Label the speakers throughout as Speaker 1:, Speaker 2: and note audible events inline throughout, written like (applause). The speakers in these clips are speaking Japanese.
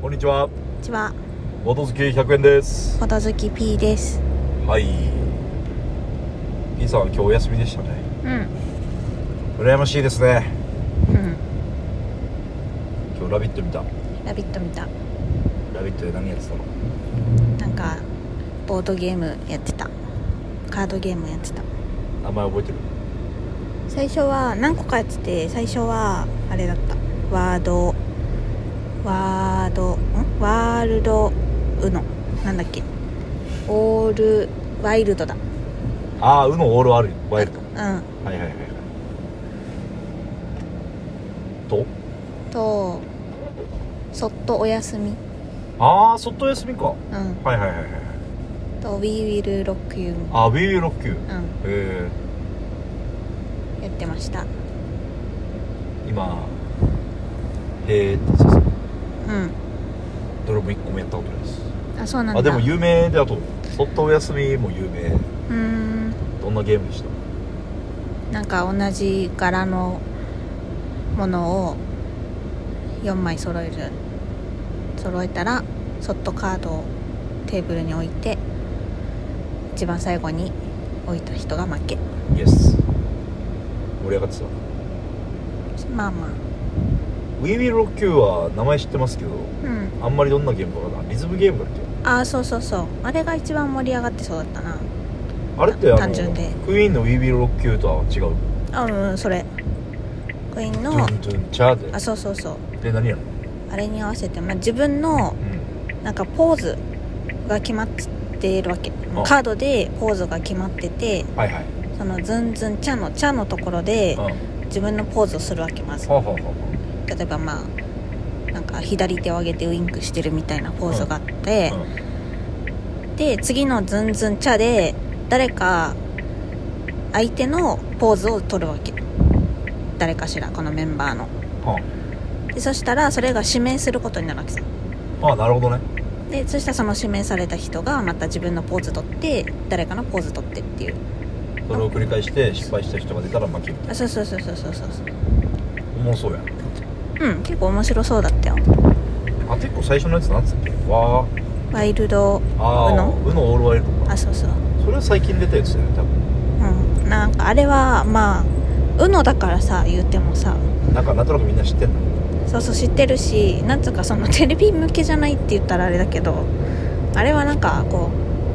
Speaker 1: こんにちは。
Speaker 2: こんにちは
Speaker 1: 元月100円です。
Speaker 2: ほどずき P です
Speaker 1: はい。P さんは今日お休みでしたね。
Speaker 2: うん
Speaker 1: 羨ましいですね。
Speaker 2: うん
Speaker 1: 今日ラビット見た。
Speaker 2: 「ラビット!」見た
Speaker 1: ラビットで何やってたの
Speaker 2: なんかボードゲームやってたカードゲームやってた
Speaker 1: 名前覚えてる
Speaker 2: 最初は何個かやってて最初はあれだったワードワードんワールドウノなんだっけオールワイルドだ
Speaker 1: ああ、うのオールあるワイルド。
Speaker 2: うん
Speaker 1: はいはいはいはい。と
Speaker 2: とそっとお休み
Speaker 1: ああ、そっと休みか。は
Speaker 2: うん
Speaker 1: いはいはいはい。
Speaker 2: と We Will Rock You も
Speaker 1: あ、ビーロッキュー。
Speaker 2: うん
Speaker 1: え
Speaker 2: やってました
Speaker 1: ー、今、へえってさせ
Speaker 2: うん
Speaker 1: どれも1個もやったことないです。
Speaker 2: あそうなんだ
Speaker 1: あ、でも有名であと、そっとお休みも有名。
Speaker 2: うーん
Speaker 1: どんなゲームでした
Speaker 2: なんか同じ柄のものを4枚揃える揃えたらそっとカードをテーブルに置いて一番最後に置いた人が負け
Speaker 1: イエス盛り上がってた
Speaker 2: まあまあ
Speaker 1: We Will Rock You は名前知ってますけど
Speaker 2: うん
Speaker 1: あんまりどんなゲームかなリズムゲームだっけ
Speaker 2: ああそうそうそうあれが一番盛り上がってそうだったな
Speaker 1: あれってあの
Speaker 2: 単純で
Speaker 1: クイーンの We Will Rock You とは違う
Speaker 2: あうんうんそれクイーン
Speaker 1: ド
Speaker 2: の
Speaker 1: ゥンドゥンチャー
Speaker 2: あそうそうそう
Speaker 1: でで何やるの
Speaker 2: あれに合わせて、まあ、自分のなんかポーズが決まってるわけ
Speaker 1: あ
Speaker 2: カードでポーズが決まってて
Speaker 1: うんはいはい
Speaker 2: そのズンズンチャのチャのところで
Speaker 1: うんは
Speaker 2: 自分のポーズをするわけまず
Speaker 1: あはあは
Speaker 2: 例えばまあなんか左手を上げてウインクしてるみたいなポーズがあって
Speaker 1: あうん
Speaker 2: で次のズンズンチャで誰か相手のポーズを取るわけ誰かしらこのメンバーの
Speaker 1: は
Speaker 2: でそしたらそれが指名することになるわけさ
Speaker 1: あああなるほどね
Speaker 2: でそしたらその指名された人がまた自分のポーズ取って誰かのポーズ取ってっていう
Speaker 1: それを繰り返して失敗した人が出たら負ける
Speaker 2: あそうそうそうそうそうそうそ
Speaker 1: おもろそうや
Speaker 2: ううん結構面白そうだったよ
Speaker 1: あ結構最初のやつなんつったっけわ
Speaker 2: ワイルド
Speaker 1: あああ
Speaker 2: うの
Speaker 1: うのオールワイルドか
Speaker 2: あそうそう
Speaker 1: それは最近出たやつだよね多分
Speaker 2: うんなんかあれはまあ UNO だからさ言ってもさ
Speaker 1: なんかなんとなくみんな知ってんの
Speaker 2: そうそう知ってるしなんつうかそのテレビ向けじゃないって言ったらあれだけどあれはなんかこ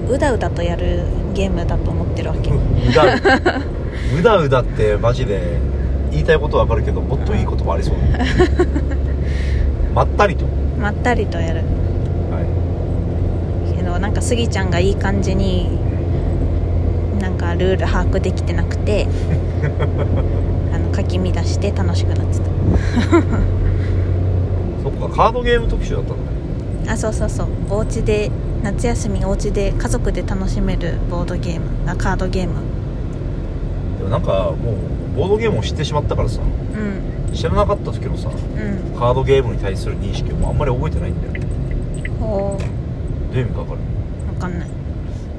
Speaker 2: ううだうだとやるゲームだと思ってるわけ
Speaker 1: うだううだうだってマジで言いたいことはわかるけどもっといい言葉ありそうまったりと、
Speaker 2: まったりとやる
Speaker 1: は
Speaker 2: けどなんかスギちゃんがいい感じになんかルール把握できてなくてあのかき乱して楽しくなって
Speaker 1: い、そっかカードゲーム特集だったんだね
Speaker 2: たあそうそうそうお家で夏休みお家で家族で楽しめるボードゲームあカードゲーム
Speaker 1: でもなんかもうボードゲームを知ってしまったからさ
Speaker 2: うん
Speaker 1: 知らなかった時のさ
Speaker 2: うん
Speaker 1: カードゲームに対する認識もあんまり覚えてないんだよね
Speaker 2: ほ
Speaker 1: どういう意味かわかる
Speaker 2: うわかんない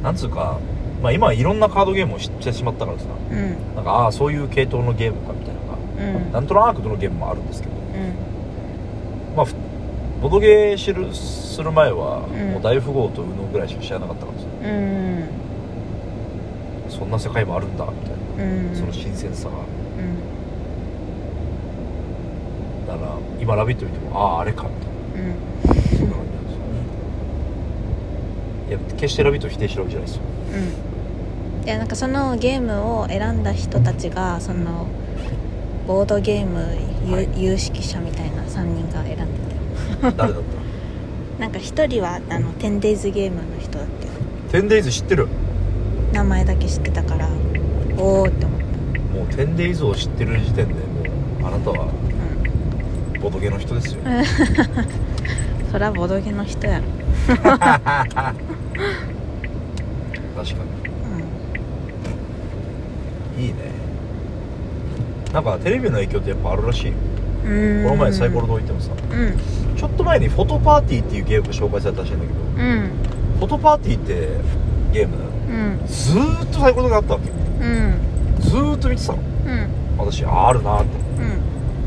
Speaker 1: なんつうか、まあ、今はいろんなカードゲームを知ってしまったからさ
Speaker 2: うん
Speaker 1: なんかああそういう系統のゲームかみたいなのが
Speaker 2: うん
Speaker 1: なんとなくどのゲームもあるんですけど
Speaker 2: うん
Speaker 1: まあ、ふボドゲー知るする前は、
Speaker 2: うん
Speaker 1: もう大富豪と右脳ぐらいしか知らなかったからさ
Speaker 2: うん
Speaker 1: そんな世界もあるんだみたいな、
Speaker 2: うん
Speaker 1: その新鮮さが
Speaker 2: うん
Speaker 1: だから今「ラビット!」見てもあああれかみたい
Speaker 2: うん
Speaker 1: なそんな感じなんですよいや決して「ラビット!」否定してるわけじゃない
Speaker 2: (laughs)
Speaker 1: ですよ
Speaker 2: うんいやなんかそのゲームを選んだ人たちがそのボードゲーム有,、
Speaker 1: はい
Speaker 2: 有識者みたいな3人が選んでて
Speaker 1: 誰だっ
Speaker 2: なんか1人はあの 10days ゲームの人だって
Speaker 1: た 10days 知ってる
Speaker 2: 名前だけ知ってたからおおって思った
Speaker 1: もう 10days を知ってる時点でもうあなたは
Speaker 2: う
Speaker 1: ボドゲの人ですよ
Speaker 2: んそりゃボードゲの人やろ
Speaker 1: 確かにいいねなんかテレビの影響ってやっぱあるらしいよ
Speaker 2: うんうん
Speaker 1: この前サイコロで置いてもさ
Speaker 2: うん
Speaker 1: ちょっと前にフォトパーティーっていうゲームが紹介されたらしいんだけど
Speaker 2: うん
Speaker 1: フォトパーティーってゲーム
Speaker 2: うん
Speaker 1: ずーっとサイコロであったわけ
Speaker 2: うん
Speaker 1: ずーっと見てたの
Speaker 2: うん
Speaker 1: 私ああるなーって
Speaker 2: うん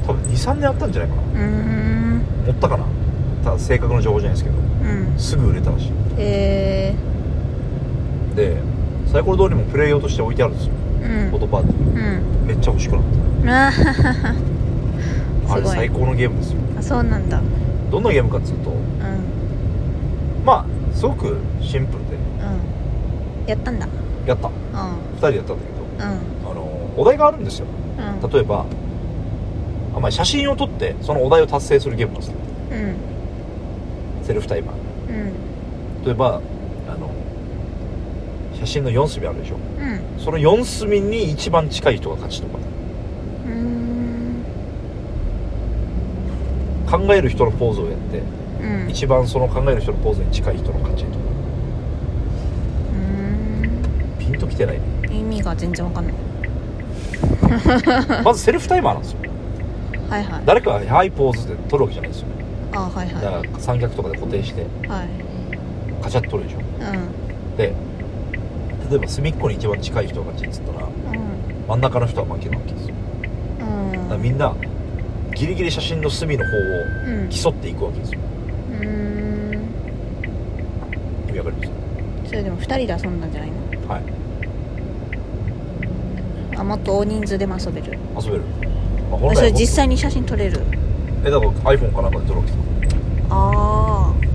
Speaker 1: 多分23年あったんじゃないかな
Speaker 2: うーん
Speaker 1: 持ったかなた正確な情報じゃないですけど
Speaker 2: うん
Speaker 1: すぐ売れたらしい
Speaker 2: へえ
Speaker 1: でサイコロ通りもプレイ用として置いてあるんですよ
Speaker 2: うん
Speaker 1: フォトパーティ
Speaker 2: うん
Speaker 1: ーめっちゃ欲しくなっ
Speaker 2: あははは
Speaker 1: たあ
Speaker 2: す
Speaker 1: れ
Speaker 2: ご
Speaker 1: 最
Speaker 2: い
Speaker 1: 高のゲームですよ
Speaker 2: あそうなんだう
Speaker 1: どんなゲームかっつうと
Speaker 2: んうん
Speaker 1: まあすごくシンプルで
Speaker 2: やったんだう
Speaker 1: やった
Speaker 2: ん
Speaker 1: 2人でやったんだけど
Speaker 2: うん
Speaker 1: あのお題があるんですよ
Speaker 2: うん
Speaker 1: 例えばあ、まあ、写真を撮ってそのお題を達成するゲームなんですよ
Speaker 2: うん
Speaker 1: セルフタイマー
Speaker 2: うん
Speaker 1: 例えばあの写真の4隅あるでしょ
Speaker 2: うん
Speaker 1: その4隅に一番近い人が勝ちとか
Speaker 2: うーん
Speaker 1: 考える人のポーズをやって
Speaker 2: うん
Speaker 1: 一番その考える人のポーズに近い人の勝ちとか
Speaker 2: うー
Speaker 1: ピンときてないね
Speaker 2: ん意味が全然わかんない
Speaker 1: まずセルフタイマーなんですよ
Speaker 2: はいはい
Speaker 1: 誰かがはいポーズで撮るわけじゃないですよ
Speaker 2: あはい
Speaker 1: だ
Speaker 2: は
Speaker 1: から三脚とかで固定して
Speaker 2: いはい
Speaker 1: カチャッと撮るでしょ
Speaker 2: う
Speaker 1: で例えば隅っこに一番近い人が勝ちっつったら
Speaker 2: んうん
Speaker 1: 真ん中の人は負けなわけですよだから
Speaker 2: うん
Speaker 1: みんなギリギリ写真の隅の方を
Speaker 2: うんう
Speaker 1: 競っていくわけですよ
Speaker 2: ーん
Speaker 1: 意味わかります
Speaker 2: それでも2人で遊んだんじゃないの
Speaker 1: はい
Speaker 2: あもっと大人数でも遊べる
Speaker 1: 遊べる、まあ、
Speaker 2: あ
Speaker 1: 本
Speaker 2: そ
Speaker 1: 来
Speaker 2: れ
Speaker 1: は
Speaker 2: 実際に写真撮れる
Speaker 1: えだから iPhone かなんかで撮るわけですよ
Speaker 2: あー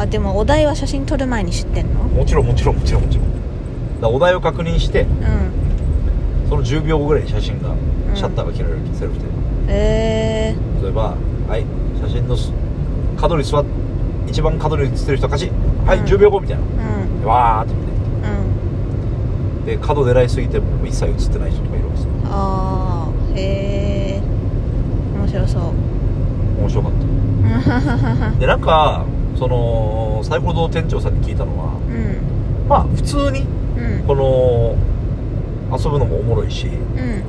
Speaker 2: あでもお題は写真撮る前に知ってんの
Speaker 1: もちろんもちろんもちろんもちろんだからお題を確認して
Speaker 2: うん
Speaker 1: その10秒後ぐらいに写真がシャッターが切られるセルフで
Speaker 2: え
Speaker 1: 例えば「はい写真のす角に座っ一番角に映ってる人勝ちはい、
Speaker 2: うん
Speaker 1: 10秒後」みたいな
Speaker 2: ー、うん
Speaker 1: でわーって見て
Speaker 2: うん
Speaker 1: で角狙いすぎてもう一切映ってない人とかいるわけですよ
Speaker 2: あーへえ面白そう
Speaker 1: 面白かっ
Speaker 2: うん (laughs)
Speaker 1: たでなんかそのサイコロ堂店長さんに聞いたのは
Speaker 2: うん
Speaker 1: まあ普通に
Speaker 2: うん
Speaker 1: この遊ぶのもおもろいし例
Speaker 2: うん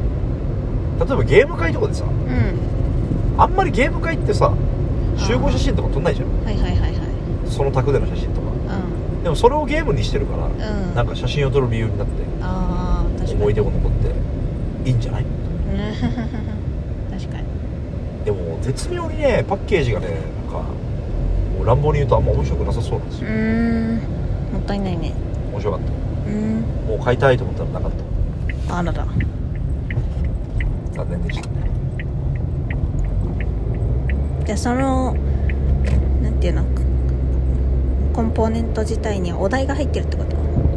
Speaker 1: えばゲーム会とかでさ
Speaker 2: うん
Speaker 1: あんまりゲーム会ってさ集合写真とか撮んないじゃん
Speaker 2: はいはいはいはい
Speaker 1: その宅での写真とか
Speaker 2: う
Speaker 1: でもそれをゲームにしてるから、
Speaker 2: んうん
Speaker 1: なんか写真を撮る理由になって
Speaker 2: あー確かに
Speaker 1: 思い出も残っていいんじゃない
Speaker 2: うん (laughs) 確かに
Speaker 1: でも絶妙にねパッケージがねなんかもう乱暴に言うとあんま面白くなさそうなんです
Speaker 2: う
Speaker 1: よ
Speaker 2: ーんもったいないね
Speaker 1: 面白かっ
Speaker 2: うん
Speaker 1: たもう買いたいと思ったらなかった
Speaker 2: あらら
Speaker 1: 残念でした
Speaker 2: じゃあそのなんていうのコンポーネント自体にお題が入ってるってことう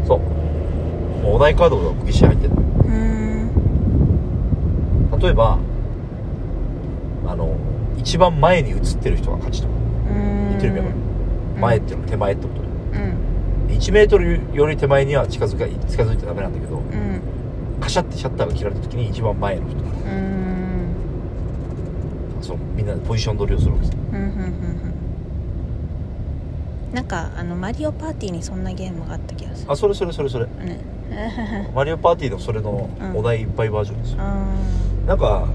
Speaker 1: そうもうお題カードがぎっしり入ってる
Speaker 2: ーん
Speaker 1: 例えばあの一番前に写ってる人が勝ちとか
Speaker 2: うーん
Speaker 1: 言ってる意味わか
Speaker 2: うん
Speaker 1: る前っていうのは手前ってことで
Speaker 2: うん
Speaker 1: 1メートルより手前には近づか近づいてダメなんだけど
Speaker 2: うん
Speaker 1: カシャってシャッターが切られた時に一番前の人
Speaker 2: うーん
Speaker 1: そのみんなでポジション取りをするわけです
Speaker 2: うんうんうんうんなんかあのマリオパーティーにそんなゲームがあった気がす
Speaker 1: あそれそれそれそれ
Speaker 2: るね
Speaker 1: マリオパーティーのそれの
Speaker 2: うん
Speaker 1: お題いっぱいバージョンですよ、
Speaker 2: あ
Speaker 1: なんか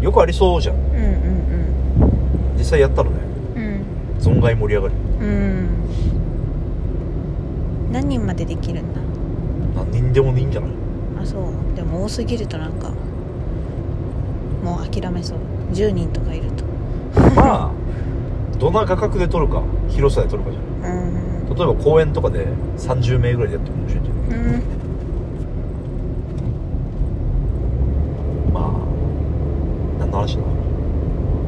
Speaker 1: よくありそうじゃん
Speaker 2: ーうんうん
Speaker 1: 実際やったらね
Speaker 2: うんうん
Speaker 1: 存外盛り上がる
Speaker 2: うん何人までできるんだ
Speaker 1: 何人でもいいんじゃない
Speaker 2: あそうでも多すぎるとなんかもう諦めそう10人とかいると
Speaker 1: まあどんな画角で撮るか広さで撮るかじゃな
Speaker 2: うん
Speaker 1: い例えば公園とかで30名ぐらいでやっても面白いと思
Speaker 2: うん
Speaker 1: うまあ何の話だ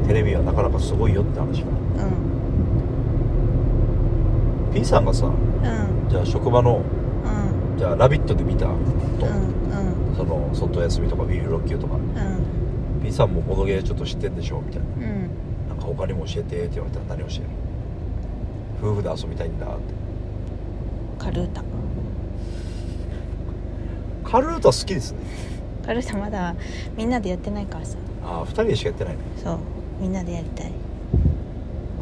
Speaker 1: テレビはなかなかすごいよって話か
Speaker 2: うん
Speaker 1: P さんがさ
Speaker 2: うん
Speaker 1: じゃあ職場の
Speaker 2: うん
Speaker 1: じゃあ「ラビット!」で見たこと、
Speaker 2: うん
Speaker 1: その外休みとかビールロッキューとか
Speaker 2: うん
Speaker 1: 「P さんもボドゲーちょっと知ってんでしょ」みたいな
Speaker 2: うん
Speaker 1: 「なんか他にも教えて」って言われたら何教える夫婦で遊びたいんだって
Speaker 2: カルータ
Speaker 1: カルータ好きですね
Speaker 2: カルータまだみんなでやってないからさ
Speaker 1: ああ2人でしかやってないね
Speaker 2: そうみんなでやりたい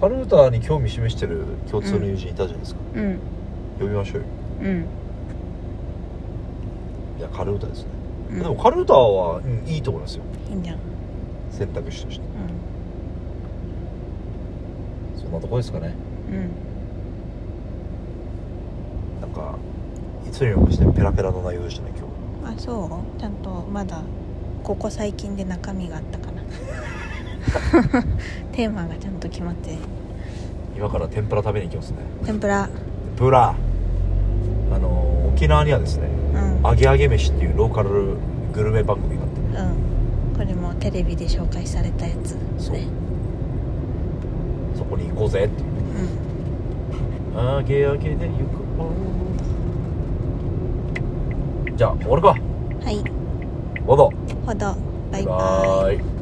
Speaker 1: カルータに興味示してる共通の友人いたじゃないですか、
Speaker 2: うん
Speaker 1: 呼びましょうよ
Speaker 2: うん
Speaker 1: いやカルータですね、
Speaker 2: うん
Speaker 1: でもカルータは、うんいいと思いますよ
Speaker 2: いいんじゃん
Speaker 1: 選択肢として
Speaker 2: う
Speaker 1: そんなとこですかね
Speaker 2: んう
Speaker 1: な
Speaker 2: ん
Speaker 1: んかいつにも増してペラペラの内容でしたね今日
Speaker 2: あそうちゃんとまだここ最近 (laughs) で中身があったかなテーマがちゃんと決まって
Speaker 1: 今から天ぷら食べに行きますね
Speaker 2: 天ぷら
Speaker 1: ブラあの沖縄にはですね
Speaker 2: うん
Speaker 1: 揚げ揚げ飯っていうローカルグルメ番組があって
Speaker 2: うんこれもテレビで紹介されたやつ
Speaker 1: そう
Speaker 2: ね
Speaker 1: そこに行こうぜっていう
Speaker 2: うん
Speaker 1: 揚げ揚げで行こうじゃあ終わるか
Speaker 2: はい
Speaker 1: どうぞ
Speaker 2: ほどバイバイ
Speaker 1: バイ